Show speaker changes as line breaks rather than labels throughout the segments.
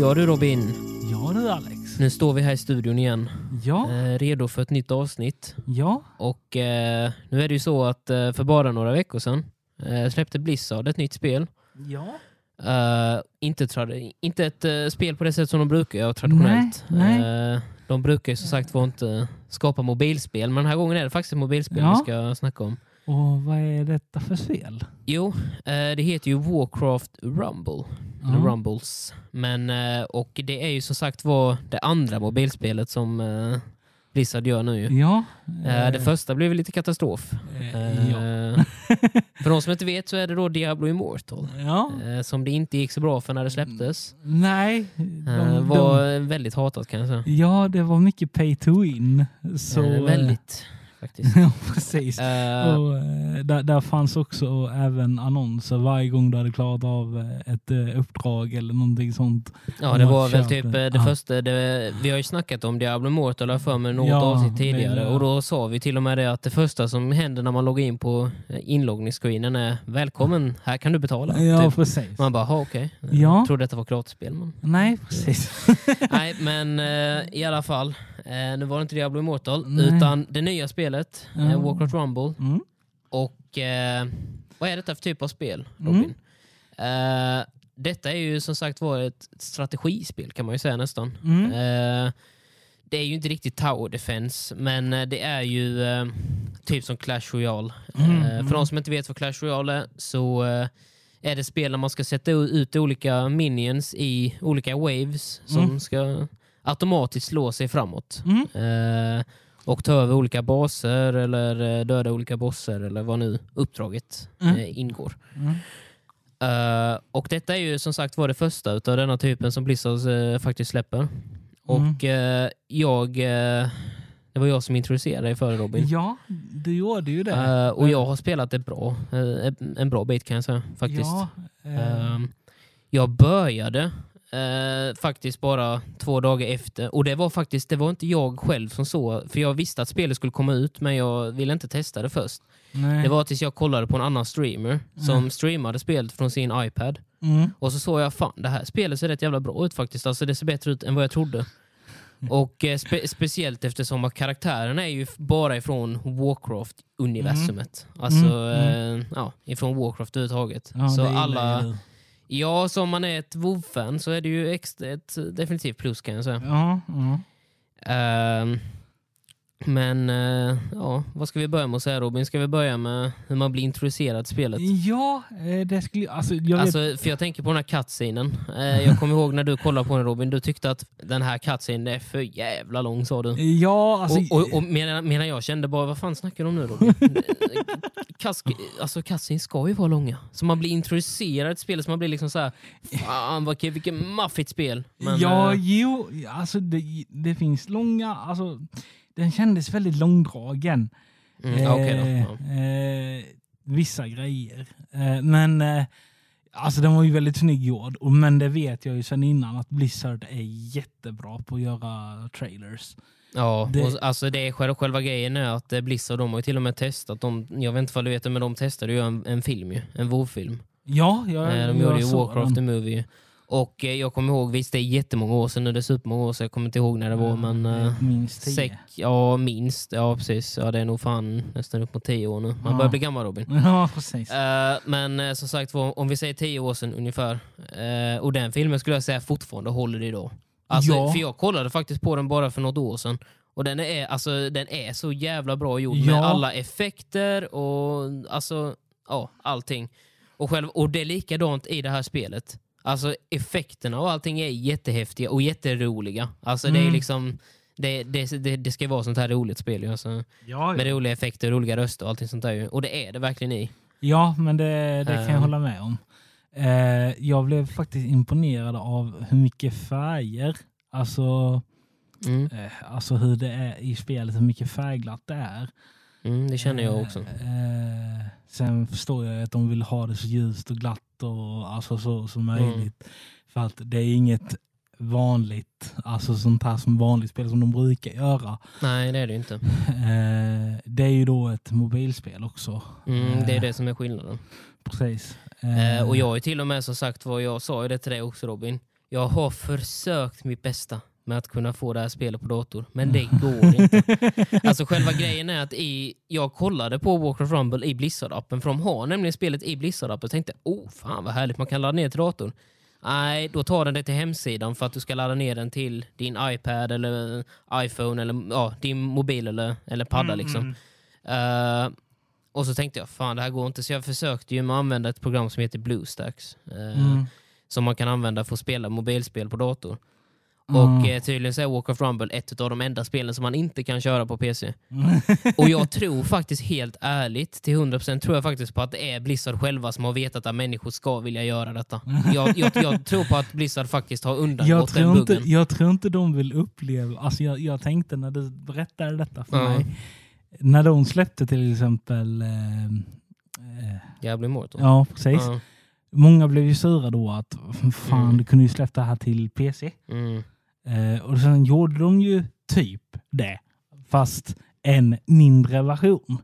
Ja du Robin,
Ja du Alex.
nu står vi här i studion igen.
Ja,
Eh, redo för ett nytt avsnitt.
ja,
Och eh, nu är det ju så att eh, för bara några veckor sedan eh, släppte Blizzard ett nytt spel.
ja.
Eh, inte, trad- inte ett eh, spel på det sätt som de brukar göra traditionellt.
Nej,
Eh, de brukar ju som sagt var inte skapa mobilspel, men den här gången är det faktiskt ett mobilspel
Ja.
vi ska snacka om.
Och vad är detta för spel?
Jo, eh, det heter ju Warcraft Rumble. Eller
Ja.
Rumbles. Men, eh, och det är ju som sagt var det andra mobilspelet som eh, Blizzard gör nu. ju.
Ja.
Eh, det första blev ju lite katastrof.
Eh, ja.
Eh, för de som inte vet så är det då Diablo Immortal.
ja.
Eh, som det inte gick så bra för när det släpptes.
Nej.
Eh,
Mm. De, de,
var väldigt hatat kan jag säga.
ja, det var mycket pay to win. Så,
eh, väldigt faktiskt.
ja, precis.
Eh,
Och, eh, där, där fanns också även annonser varje gång du hade klarat av eh, ett eh, uppdrag eller någonting sånt.
ja, det
man
var väl
köper-
typ eh, det
ja.
första. Det, vi har ju snackat om Diablo Immortal har jag för mig något
Ja,
avsnitt tidigare.
men, ja.
Och då sa vi till och med det att det första som händer när man loggar in på eh, inloggningsscreenen är Välkommen, här kan du betala.
Ja,
Typ.
precis.
Man eh, bara, "Ha, okej. Okay.
Ja.
Jag trodde detta var gratisspel. Men...
Nej, precis.
Nej, men eh, i alla fall. Eh, nu var det inte Diablo Immortal,
Nej.
utan det nya spelet,
Ja.
eh, Warcraft Rumble.
Mm.
Och eh, vad är detta för typ av spel,
Mm.
Robin? Eh, detta är ju som sagt var ett strategispel kan man ju säga nästan.
Mm.
Eh, det är ju inte riktigt Tower Defense, men eh, det är ju eh, typ som Clash Royale.
Mm.
Eh, för de som inte vet vad Clash Royale är så eh, är det spel där man ska sätta u- ut olika minions i olika waves som ska automatiskt slå sig framåt.
Mm.
Eh, och ta över olika baser eller eh, döda olika bossar eller vad nu uppdraget eh, ingår.
Mm.
Eh, och detta är ju som sagt var det första utav denna typen som Blizzard eh, faktiskt släpper.
Mm.
Och eh, jag... eh, det var jag som introducerade dig före Robin.
Ja, du gjorde ju det.
Eh, och jag har spelat det bra. eh, en bra bit kan jag säga faktiskt.
Ja, eh,
Ehm, jag började eh, faktiskt bara två dagar efter. Och det var faktiskt det var inte jag själv som såg, för jag visste att spelet skulle komma ut men jag ville inte testa det först.
nej.
Det var tills jag kollade på en annan streamer som streamade spelet från sin iPad.
Mm.
Och så såg jag fan det här spelet ser rätt jävla bra ut faktiskt. Alltså det ser bättre ut än vad jag trodde.
Mm.
Och eh, spe- speciellt eftersom att karaktären är ju f- bara ifrån Warcraft-universumet. Alltså, Eh, ja, ifrån Warcraft överhuvudtaget.
Mm. Ja,
så
det gillar
alla...
ju du.
Ja, som man är ett WoW-fan så är det ju extra, ett definitivt plus kan jag säga.
Ja, ja.
Ehm, men eh, ja, vad ska vi börja med att säga Robin? Ska vi börja med hur man blir introducerad till spelet?
ja eh, det skulle jag- alltså, jag vet,
Alltså, för jag tänker på den här cutscenen. Eh, jag kommer ihåg när du kollade på den Robin, du tyckte att den här cutscenen är för jävla lång sa du.
ja, alltså,
och och, och medan, medan jag kände bara, vad fan snackar du om nu Robin? Kask,
Mm.
alltså cutscenes ska ju vara långa. Så man blir introducerad till spelet, så man blir liksom såhär, fan vad, vilken maffigt spel. Men,
ja,
eh,
jo, alltså det, det finns långa, alltså den kändes väldigt långdragen.
mm, ja, okej då. Ja.
Eh, eh, vissa grejer. Eh, men eh, alltså den var ju väldigt snygg gjord, och, men det vet jag ju sedan innan att Blizzard är jättebra på att göra trailers.
Ja,
Det-
och, alltså det är själva, själva grejen är att eh, Blizzard de har ju till och med testat, de, jag vet inte vad du vet men de testade ju en, en film ju, en WoW-film.
Ja, jag,
Eh,
jag
de gjorde ju
såg
Warcraft the
den.
Movie. Och eh, jag kommer ihåg, visst det är jättemånga år sedan nu, det är supermånga år sedan, jag kommer inte ihåg när det var men... Eh,
Minst tio.
Säck, ja minst, ja precis. Ja, det är nog fan nästan upp mot tio år nu. Man
Ja.
börjar bli gammal Robin.
Ja, precis.
Eh, men eh, som sagt var, om vi säger tio år sedan ungefär. eh, och den filmen skulle jag säga fortfarande håller idag. Alltså,
Ja.
För jag kollade faktiskt på den bara för något år sedan. Och den är, alltså, den är så jävla bra gjord
Ja.
med alla effekter och alltså, ja, allting. Och, själv, och det är likadant i det här spelet. Alltså effekterna och allting är jättehäftiga och jätteroliga. Alltså det är
Mm.
liksom... Det, det, det, det ska vara sånt här roligt spel ju. Alltså.
Ja,
Med roliga effekter, roliga röster och allting sånt där ju. Och det är det verkligen i.
Ja, men det, det kan jag
Ehm.
hålla med om. Eh, jag blev faktiskt imponerad av hur mycket färger, alltså,
Mm.
eh, alltså hur det är i spelet, hur mycket färgglatt det är.
Mm, det känner jag också.
Eh, sen förstår jag att de vill ha det så ljust och glatt och alltså så
Mm.
som möjligt. För att det är inget vanligt, alltså sånt här som vanligt spel som de brukar göra.
Nej, det är det ju inte.
Eh, det är ju då ett mobilspel också.
Mm, det är
Eh,
det som är skillnaden.
Precis.
Eh, och jag är till och med som sagt vad jag sa ju det till dig också Robin. Jag har försökt mitt bästa med att kunna få det här spelet på dator, men det går inte. Alltså själva grejen är att i, jag kollade på Warcraft Rumble i Blizzard-appen, för de har nämligen spelet i Blizzard-appen. Jag tänkte, oh fan vad härligt, man kan ladda ner till datorn. Nej, då tar den det till hemsidan för att du ska ladda ner den till din iPad eller iPhone eller ja, din mobil eller, eller padda liksom. Eh, och så tänkte jag, fan det här går inte. Så jag försökte ju med att använda ett program som heter BlueStacks. eh,
Mm.
Som man kan använda för att spela mobilspel på dator.
Mm.
Och eh, tydligen så är Walk of Rumble ett av de enda spelen som man inte kan köra på PC.
Mm.
Och jag tror faktiskt helt ärligt, till 100% tror jag faktiskt på att det är Blizzard själva som har vetat att människor ska vilja göra detta. Jag, jag, jag tror på att Blizzard faktiskt har
Jag
undangått den
tror, inte,
buggen.
jag tror inte de vill uppleva, alltså jag, jag tänkte när du berättade detta för
Ja.
mig, när de släppte till exempel, eh, eh,
Jävla Immortal.
ja precis,
Ja.
många blev ju sura då att fan
Mm.
du kunde ju släppa det här till PC.
Mm.
Eh, och sen gjorde de ju typ det, fast en mindre version.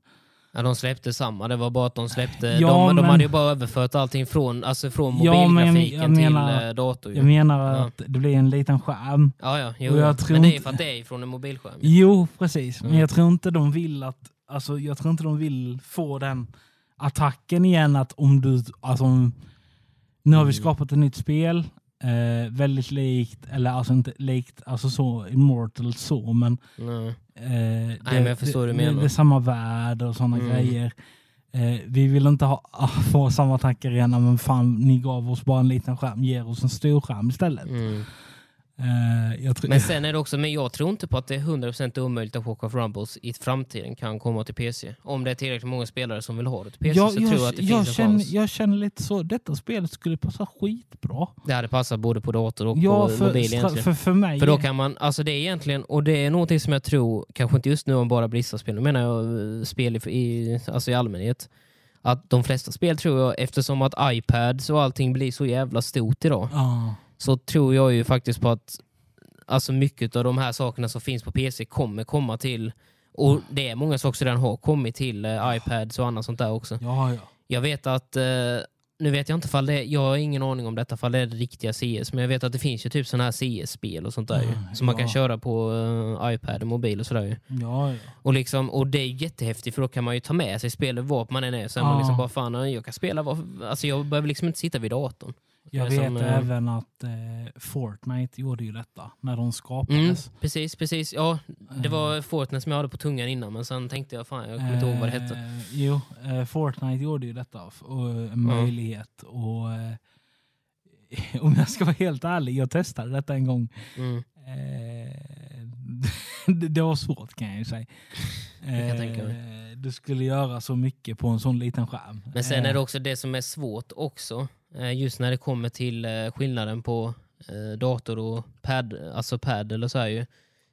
Ja, de släppte samma, det var bara att de släppte...
Ja,
de, de
men-
hade ju bara överfört allting från, alltså från
Ja, men jag-
mobilgrafiken
jag menar-
till eh, dator. ju.
Jag menar
Ja.
att det blir en liten skärm.
ja, ja,
Och
jo,
jag
ja.
tror
men det är
inte-
för att det är från en mobilskärm.
Jo, precis. Men
Mm.
jag tror inte de vill att, alltså jag tror inte de vill få den attacken igen att om du, alltså om, nu har vi
Mm.
skapat ett nytt spel, eh, väldigt likt, eller alltså inte likt, alltså så, Immortal så, men
Nej.
Eh, Nej,
men jag förstår
det,
hur du menar.
Det, det är samma värld och sådana
Mm.
grejer. Eh, vi vill inte ha, ah, få samma tankar igen, men fan ni gav oss bara en liten skärm, ge oss en stor skärm istället.
Mm.
Eh, jag tror,
Men sen är det också, men jag tror inte på att det är 100% omöjligt att Walk of Rumbles i framtiden kan komma till PC. Om det är tillräckligt många spelare som vill ha det till PC
jag,
så
jag,
tror jag att det
jag,
finns en
känner,
chans.
jag känner lite så, detta spelet skulle passa skitbra.
Det hade passat både på dator och
Ja,
på
för,
mobil
stra-
egentligen.
för, för mig...
För då kan man, alltså det är egentligen, och det är någonting som jag tror, kanske inte just nu om bara Blizzard-spel, nu menar jag eh, spel i, i, alltså i allmänhet. Att de flesta spel tror jag, eftersom att iPads och allting blir så jävla stort idag,
Ja.
så tror jag ju faktiskt på att alltså mycket av de här sakerna som finns på PC kommer komma till, och det är många saker som redan har kommit till eh, iPads och annat sånt där också.
ja, ja.
Jag vet att, eh, nu vet jag inte fall det, jag har ingen aning om detta fall det är det riktiga CS, men jag vet att det finns ju typ sådana här CS-spel och sånt där ju,
Mm,
som man kan
ja.
köra på eh, iPad och mobil och sådär ju.
ja, ja.
Och, liksom, och det är jättehäftigt för då kan man ju ta med sig spelet vart man än är, så är
Ja.
man liksom bara fan, eh, jag kan spela var, alltså jag behöver liksom inte sitta vid datorn.
Jag
Det är
vet
som, eh,
även att eh, Fortnite gjorde ju detta när de
Mm,
skapades.
precis, precis. Ja, det
Eh.
var Fortnite som jag hade på tungan innan, men sen tänkte jag fan, jag kommer inte ihåg vad det hette.
Eh, Jo, eh, Fortnite gjorde ju detta f- och en möjlighet. Och, eh, om jag ska vara helt ärlig, jag testade detta en gång.
Mm.
Eh, det, det var svårt kan jag ju säga.
kan jag tänka
Eh, du skulle göra så mycket på en sån liten skärm.
Men sen
Eh,
är det också det som är svårt också, eh, just när det kommer till eh, skillnaden på eh, dator och pad, alltså pad eller så här ju,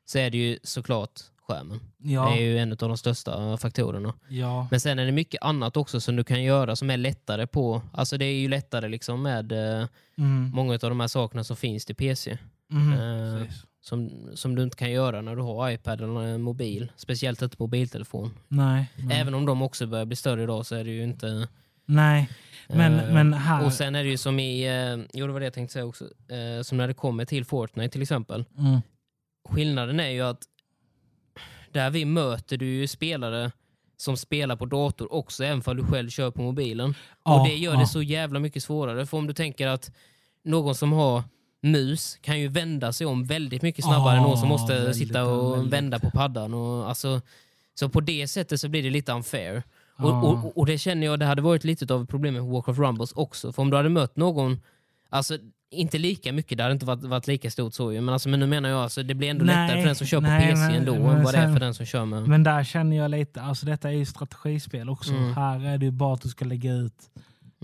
så är det ju såklart skärmen.
ja,
Det är ju en av de största faktorerna.
ja,
Men sen är det mycket annat också som du kan göra som är lättare på, alltså det är ju lättare liksom med eh,
mm,
många av de här sakerna som finns till PC.
mm,
eh,
precis.
Som, som du inte kan göra när du har iPad eller en mobil. Speciellt inte mobiltelefon.
Nej, nej.
Även om de också börjar bli större idag så är det ju inte...
nej. Men,
eh,
men här...
Och sen är det ju som i, eh, jo det var det jag tänkte säga också, eh, som när det kommer till Fortnite till exempel.
mm,
Skillnaden är ju att där vi möter du ju spelare som spelar på dator också, även om du själv kör på mobilen.
ja,
och det gör
ja.
det så jävla mycket svårare. För om du tänker att någon som har mus kan ju vända sig om väldigt mycket snabbare än någon som
Ja,
måste
Ah, väldigt,
sitta och
väldigt.
vända på paddan. Och, alltså, så på det sättet så blir det lite unfair.
Ja.
Och, och, och det känner jag, det hade varit lite av ett problem med Walk of Rumbles också. För om du hade mött någon, alltså inte lika mycket, det hade inte varit, varit lika stort så ju. Men, alltså, men nu menar jag, alltså, det blir ändå
Nej,
lättare för den som kör
nej,
på PC
men-
ändå
men
än vad det är
sen-
för den som kör med...
Men där känner jag lite, alltså detta är ju strategispel också.
Mm.
Här är det ju bara att du ska lägga ut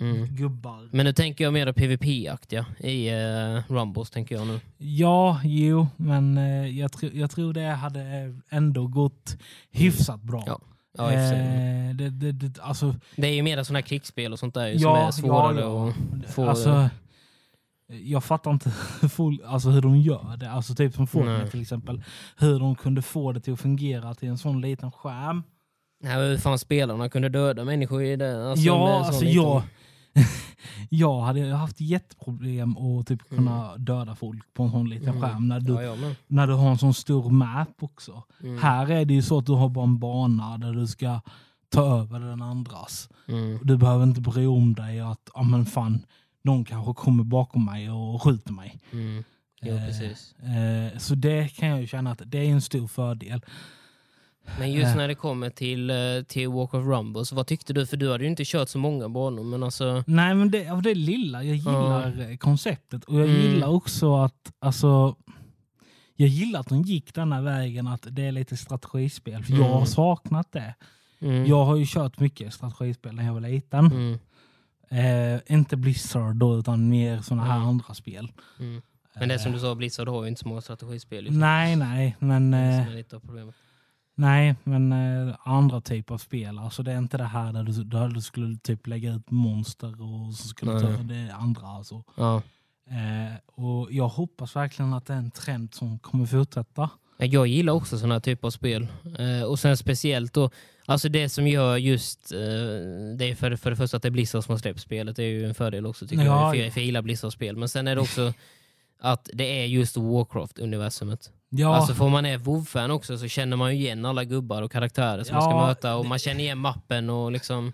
Mm.
gubbar.
Men nu tänker jag mer PVP-aktiga i eh, Rumbles, tänker jag nu.
Ja, jo, men eh, jag, tro, jag tror det hade ändå gått hyfsat bra.
Ja, Ja, i och för sig.
Eh, det, det, det, alltså,
Det är ju mera sådana här krigsspel och sånt där ju, som
ja,
är svårare
ja,
att få...
Alltså, jag fattar inte hur full, alltså hur de gör det. Alltså typ som Fortnite
Nej.
till exempel. Hur de kunde få det till att fungera till en sån liten skärm.
Nej, men hur fan spelarna kunde döda människor i det? Alltså, med
ja,
en sån
alltså
liten-
jag... jag hade haft jätteproblem att typ kunna döda folk på en sån liten skärm när du,
Mm. liksom- Ja, jag med.
när du har en sån stor map också.
Mm.
Här är det ju så att du har bara en bana där du ska ta över den andras.
Mm.
Du behöver inte bry om dig att ah, men fan, någon kanske kommer bakom mig och skjuter mig.
Mm. Jo,
Eh,
precis.
Eh, så det kan jag ju känna att det är en stor fördel.
Men
eh.
just när det kommer till, eh, till Walk of Rumble, så vad tyckte du? För du hade ju inte kört så många banor, men alltså...
Nej, men det, av det lilla. Jag gillar eh, konceptet. Och jag
Mm.
gillar också att, alltså, jag gillar att de gick den här vägen, att det är lite strategispel. För jag har
Mm.
saknat det.
Mm.
Jag har ju kört mycket strategispel när jag var liten.
Mm.
Eh, inte Blizzard då, utan mer sådana här
Mm.
andra spel.
Mm. Men det är som du sa, Blizzard har ju inte så många strategispel. Liksom.
Nej, nej, men,
Det är
eh,
som är lite av problemet.
nej, men eh, andra typer av spel. Alltså, det är inte det här där du, där du skulle typ lägga ut monster och så skulle du ta
Nej.
det är andra. Alltså.
Ja.
Eh, och jag hoppas verkligen att det är en trend som kommer fortsätta.
Men Jag gillar också sådana här typer av spel. Eh, och sen speciellt då, alltså det som gör just, eh, det är för, för det första att det är Blizzard som har släppt spelet, det är ju en fördel också tycker
Ja,
jag, för
ja.
jag, för jag gillar Blizzard-spel. Men sen är det också att det är just Warcraft-universumet.
Ja,
Alltså får man är WoW-fan också så känner man ju igen alla gubbar och karaktärer som man ska
Ja,
möta och
det-
man känner igen mappen och liksom, eh,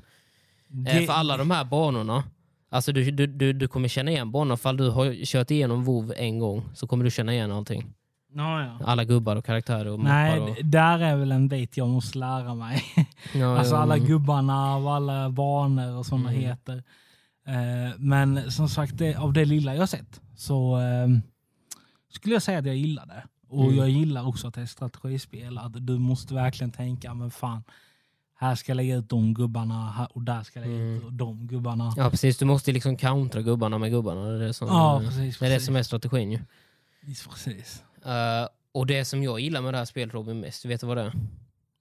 det,
för alla de här banorna. Alltså du, du, du, du kommer känna igen banorna, ifall du har kört igenom WoW en gång så kommer du känna igen allting.
ja, ja.
Alla gubbar och karaktärer och
Nej,
mappar. Och...
d- där är väl en bit jag måste lära mig.
Ja,
Alltså
ja,
alla
mm.
gubbarna och alla banor och sådana
Mm.
heter. Eh, men som sagt, det, av det lilla jag sett så ehm, skulle jag säga att jag gillar det. Och
Mm.
jag gillar också att det är strategispel. Att du måste verkligen tänka, men fan, här ska jag lägga ut de gubbarna här, och där ska jag lägga ut de gubbarna.
Mm. Ja precis, du måste liksom countera gubbarna med gubbarna. Det är det som,
Ja, precis.
det är, det
precis.
som är strategin ju.
Precis, precis.
Eh, och det som jag gillar med det här spelet Robin mest, vet du vad det är?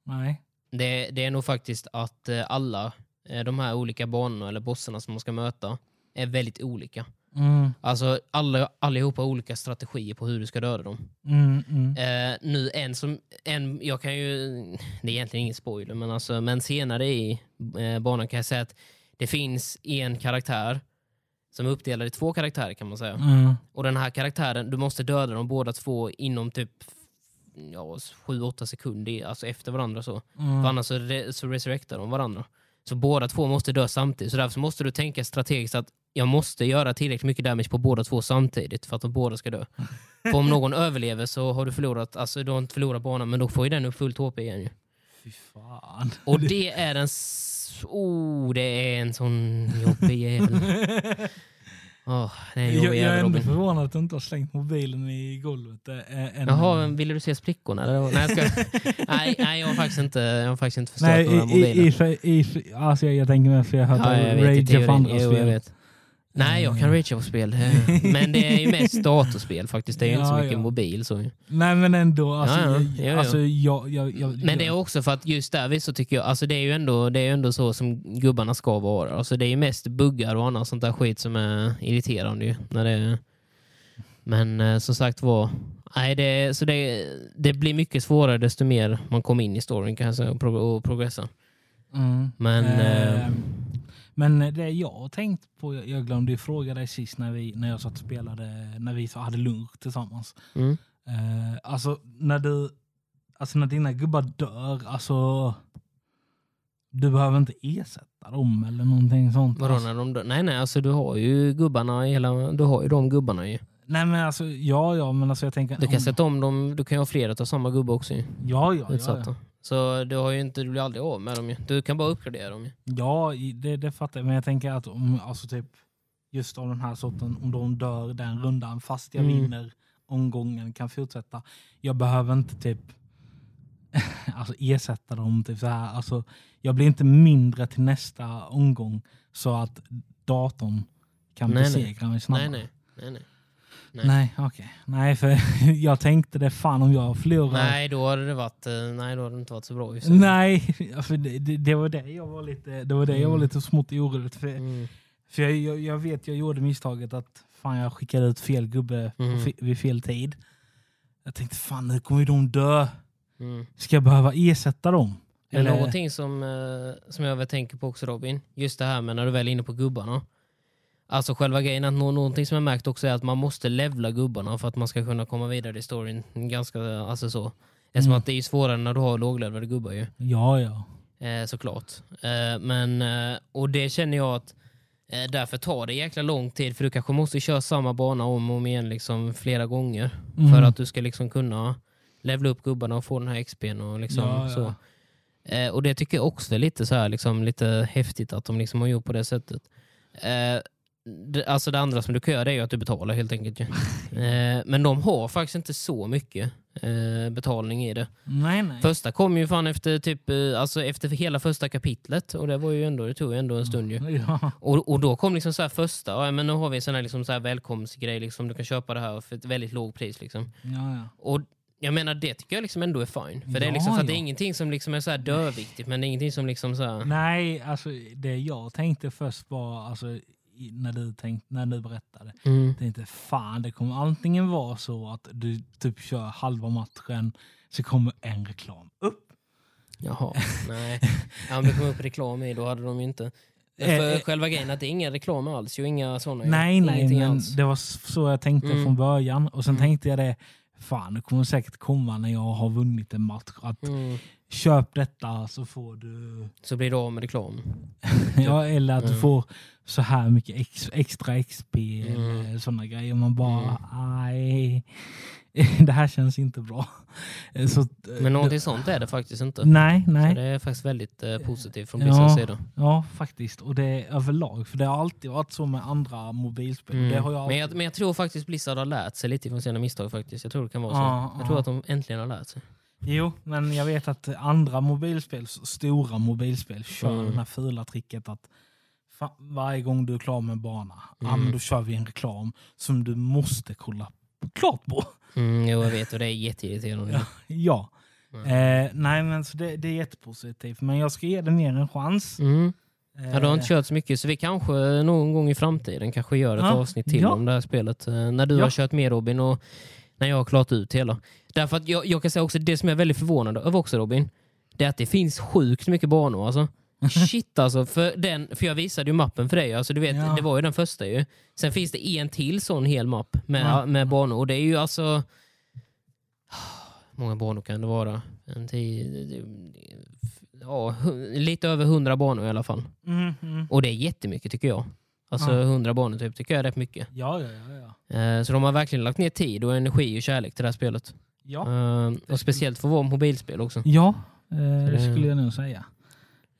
Nej.
Det, det är nog faktiskt att eh, alla eh, de här olika banorna eller bossarna som man ska möta är väldigt olika.
Mm,
Alltså alla, allihopa har olika strategier på hur du ska döda dem.
mm, mm.
Eh, nu en som, en, jag kan ju, det är egentligen ingen spoiler, men, alltså, men senare i eh, banan kan jag säga att det finns en karaktär som är uppdelad i två karaktärer kan man säga.
Mm.
Och den här karaktären, du måste döda dem båda två inom typ ja, 7-8 sekunder alltså efter varandra. så. För
Mm.
annars så, re- så resurrectar de varandra. Så båda två måste dö samtidigt. Så därför så måste du tänka strategiskt att jag måste göra tillräckligt mycket damage på båda två samtidigt för att de båda ska dö. För om någon överlever så har du förlorat, alltså du har inte förlorat banan men då får ju den upp fullt HP igen ju.
Fy fan.
Och det är en... s- Oh, det är en sån jobbig jävel. Åh, det är en
Jag,
jobbig
jag är
jävel
ändå
Robin.
förvånad att du inte har slängt mobilen i golvet. Äh, än.
Jaha, men ville du se sprickorna? Eller? vad? Nej, jag skojar. nej, nej, jag har faktiskt inte, jag har faktiskt inte förstört
Nej,
den här
i, i,
mobilen.
i, för- i, för- alltså jag, jag tänker mig för jag har
Ja,
hört
jag
ja,
vet, i
rage
teorin.
av andra
Jo, jag
spel. Mm.
vet. Nej, jag kan ragea på spel. eh, Men det är ju mest datorspel faktiskt. Det är ju inte så
Ja,
mycket
ja.
mobil. Så.
Nej men ändå, alltså,
Ja, ja.
jag,
Jo, jo.
alltså jag, jag, jag,
Men det är också för att just där vid så tycker jag, alltså det är ju ändå, det är ju ändå så som gubbarna ska vara. Alltså det är ju mest buggar och annat sånt där skit som är irriterande ju. När det är... Men eh, som sagt var, nej, det, så det, det blir mycket svårare desto mer man kommer in i storyn kan jag säga, och, prog- och progressa.
Mm.
Men...
Eh,
eh,
Men det jag har tänkt på, jag, jag glömde ju fråga dig sist när, vi, när jag satt och spelade, när vi hade lunch tillsammans.
mm.
Eh, alltså när du, alltså när dina gubbar dör, alltså du behöver inte ersätta dem eller någonting sånt.
Vadå
Alltså,
när de dör? Nej nej, alltså du har ju gubbarna i hela, du har ju de gubbarna ju.
nej men alltså, ja ja men alltså jag tänker.
Du kan
om-
sätta om dem, du kan ju ha flera av samma gubbe också ju.
Ja ja, ja,
utsatta.
ja.
Så du, har ju inte, du blir aldrig av med dem ju. Du kan bara uppgradera dem ju.
ja i- det, det fattar jag. Men jag tänker att om, alltså typ just av den här sorten, om de dör den rundan fast jag
Mm.
vinner omgången kan fortsätta. Jag behöver inte typ alltså ersätta dem. Typ så här. Alltså, jag blir inte mindre till nästa omgång så att datorn kan
Nej, nej.
besegra mig snabbare.
Nej nej. nej, nej. nej.
Nej, okej. Nej, för jag tänkte det fan om jag förlorar.
Nej, då hade det varit, eh, nej, då hade det inte varit så bra. i och för sig.
Nej, för det, det, det var det jag var lite, det var det jag var lite smått orolig för.
Mm.
För jag, jag, jag vet, jag gjorde misstaget att fan jag skickade ut fel gubbe på
Mm.
fe, vid fel tid. Jag tänkte fan nu kommer ju de dö.
Mm.
Ska jag behöva ersätta dem?
Eller någonting som, eh, som jag väl tänker på också Robin, just det här med när du väl är inne på gubbarna. Alltså själva grejen, att nå- någonting som jag märkt också är att man måste levla gubbarna för att man ska kunna komma vidare i storyn. Ganska, alltså så. Eftersom
Mm.
att det är ju svårare när du har låglevlade gubbar ju.
Ja, ja.
Eh, såklart. Eh, men, eh, och det känner jag att eh, därför tar det jäkla lång tid för du kanske måste köra samma bana om och om igen liksom flera gånger.
Mm.
För att du ska liksom kunna levla upp gubbarna och få den här XP'n och liksom
Ja, ja.
så. Eh, och det tycker jag också är lite så här, liksom, lite häftigt att de liksom har gjort på det sättet. Eh, det, alltså det andra som du kan göra det är ju att du betalar helt enkelt. ju. Eh, men de har faktiskt inte så mycket eh, betalning i det.
Nej, nej.
Första kom ju fan efter, typ, eh, alltså efter hela första kapitlet och det, var ju ändå, det tog ju ändå en stund. Ju.
Ja.
Och, och då kom liksom så här första, ja, men nu har vi en sån här, liksom så här välkomstgrej, liksom, du kan köpa det här för ett väldigt lågt pris. Liksom.
Ja, ja.
Och jag menar det tycker jag liksom ändå är fine. För det är
Ja,
liksom för att det är
ja.
ingenting som liksom är så här döviktigt men det är ingenting som liksom så här...
Nej, alltså det jag tänkte först var, alltså, i- när, du tänkte, när du berättade,
Mm.
tänkte fan det kommer antingen vara så att du typ kör halva matchen, så kommer en reklam upp.
Jaha, nej. Ja, om det kom upp reklam i då hade de ju inte.
Eh,
För
eh.
själva grejen är att det är inga reklam alls ju, inga sådana. ju.
Nej, nej,
Ingenting
men
alls.
det var s- så jag tänkte
Mm.
från början. Och sen
Mm.
tänkte jag det, fan det kommer säkert komma när jag har vunnit en match, att
Mm.
köp detta så får du,
Så blir det av med reklam.
Eh, ja, eller att du
Mm.
får så här mycket ex, extra XP
Mm.
eller sådana grejer. Man bara,
Mm.
nej, det här känns inte bra. Så, eh,
Men någonting sånt är det faktiskt inte.
Nej,
Så
nej.
det är faktiskt väldigt eh, positivt från
Ja.
Blizzards sida.
Ja, faktiskt. Och det är överlag. För det har alltid varit så med andra mobilspel.
Mm.
Det har jag
men,
alltid-
jag, men jag tror faktiskt Blizzard har lärt sig lite från sina misstag faktiskt. Jag tror det kan vara så.
Ja,
jag tror
ja.
att de äntligen har lärt sig.
Jo, men jag vet att andra mobilspel, s- stora mobilspel, kör
Mm.
det här fula tricket att fa- varje gång du är klar med en bana, ja,
Mm.
men då kör vi en reklam som du måste kolla klart på.
Mm, jo, jag vet och det är jätteirriterande.
ja.
Mm.
Eh, nej, men så det, det är jättepositivt. Men jag ska ge det mer en chans.
Mm.
Eh,
Ja, det har inte kört så mycket, så vi kanske någon gång i framtiden kanske gör ett
Ja,
avsnitt till
ja.
om det här spelet. eh, När du
Ja.
har kört med Robin och när jag har klart ut hela. Därför att jag, jag kan säga också, det som jag är väldigt förvånad över också Robin, det är att det finns sjukt mycket banor alltså. Shit alltså, för, den, för jag visade ju mappen för dig, alltså, du vet,
Ja.
det var ju den första ju. Sen finns det en till sån hel mapp med,
Ja.
med banor och det är ju alltså... många banor kan det vara? En tio, ja, hu- lite över hundra banor i alla fall.
Mm, mm.
Och det är jättemycket tycker jag. Alltså
Ja.
100 banor typ, tycker jag är rätt mycket.
Ja, ja, ja. ja.
Eh, så de har verkligen lagt ner tid och energi och kärlek till det här spelet.
ja.
Eh, och speciellt för att vara mobilspel också.
Ja, eh,
det-
det skulle jag nog säga.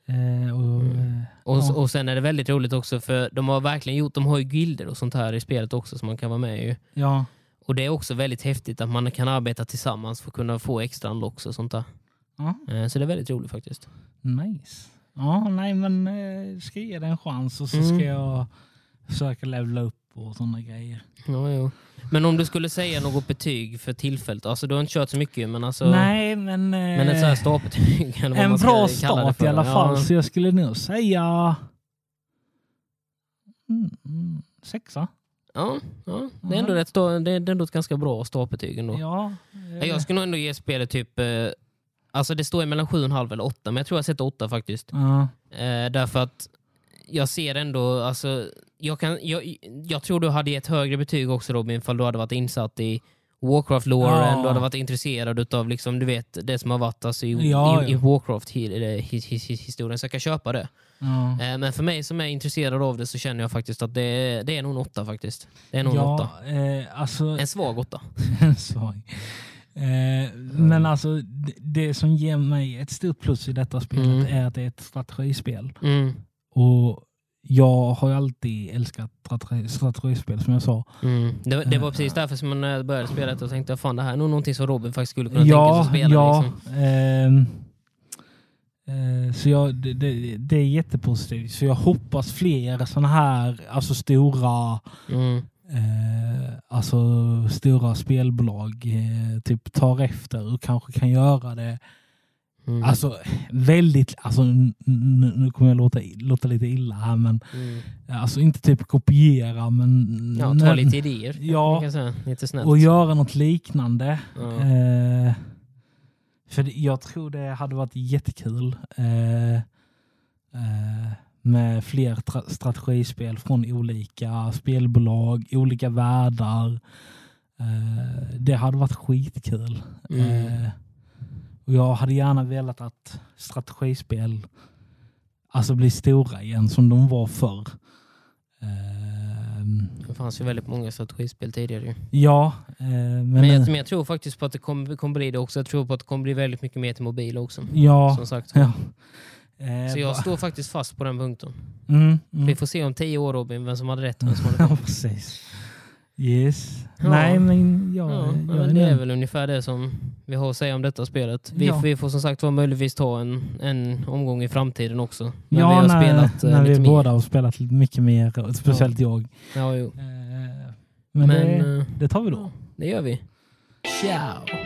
Eh, och,
Mm.
eh,
Och,
Ja.
och sen är det väldigt roligt också för de har verkligen gjort, de har ju gilder och sånt här i spelet också som man kan vara med i.
ja,
Och det är också väldigt häftigt att man kan arbeta tillsammans för att kunna få extra unlocks och sånt där.
ja,
Eh, så det är väldigt roligt faktiskt.
nice. Ja, nej men eh, ska jag ge det en chans och så
Mm.
ska jag försöka levla upp och sådana grejer.
Ja, jo. Men om du skulle säga något betyg för tillfället, alltså du har inte kört så mycket men alltså...
Nej men... eh,
Men ett sånt här stapbetyg eller vad
en
man ska
bra
kalla det
start
för.
i alla
Ja.
fall så jag skulle nog säga... Mm, mm, sexa.
Ja, ja. Det, är ändå rätt, sta- det är det är ändå ett ganska bra startbetyg ändå.
Mm. Ja.
Ja. Jag skulle nog ändå ge spelet typ... Eh, alltså det står ju mellan 7,5 eller 8, men jag tror jag sätter 8 faktiskt.
Ja.
Eh, därför att jag ser ändå... Alltså, jag, kan, jag, jag tror du hade gett högre betyg också Robin, ifall du hade varit insatt i Warcraft-loren,
Ja.
du hade varit intresserad utav liksom, du vet, det som har varit alltså, i,
Ja,
i, i
ja.
Warcraft-historien, så jag kan köpa det.
Ja.
Eh, men för mig som är intresserad av det så känner jag faktiskt att det är, det är nog en 8 faktiskt. Det är nog en 8.
Ja, eh, alltså...
En svag åtta.
En svag. Eh,
Mm.
men alltså, det, det som ger mig ett stort plus i detta spelet
Mm.
är att det är ett strategispel.
Mm.
Och jag har ju alltid älskat strategi, strategispel som jag sa.
Mm. Det, var- det var
Eh.
precis därför som när jag började spela det och tänkte jag fan det här är nog någonting som Robin faktiskt skulle kunna tänka sig att spela.
ja.
Liksom.
ehm, eh, så jag, det, det, det är jättepositivt. Så jag hoppas fler sådana här alltså stora
Mm.
Eh, alltså stora spelbolag eh, typ tar efter och kanske kan göra det
Mm.
Alltså väldigt, alltså, n- n- nu kommer jag låta, i- låta lite illa här men
mm.
alltså inte typ kopiera men
ja, ta
nä-
lite idéer.
Ja.
kan jag säga. Lite snällt.
och göra något liknande.
ja.
Eh, för det- jag tror det hade varit jättekul. Eh, eh, med fler tra- strategispel från olika spelbolag, olika världar. Eh, det hade varit skitkul.
Mm.
Eh, och jag hade gärna velat att strategispel alltså blir stora igen som de var förr. Eh,
Det fanns ju väldigt många strategispel tidigare. ju.
ja, eh, men...
Men jag, men jag tror faktiskt på att det kommer, kommer bli det också. Jag tror på att det kommer bli väldigt mycket mer till mobil också.
ja,
Som sagt.
ja. Eh,
Så jag
va-
står faktiskt fast på den punkten.
mm, mm.
Vi får se om tio år Robin, vem som hade rätt och vem som hade fel.
Ja, precis. Yes.
Ja.
Nej, men jag,
Ja,
jag
men det är
nöjd.
väl ungefär det som vi har att säga om detta spelet. Vi,
Ja.
vi får som sagt var möjligtvis ta en, en omgång i framtiden också. När
Ja,
vi har
när,
spelat eh,
när
lite
vi
mer.
båda har spelat lite mycket mer, och speciellt jag.
Ja, jo.
Eh, Men,
Men,
det,
eh,
det tar vi
ja.
då.
det gör vi.
Ciao!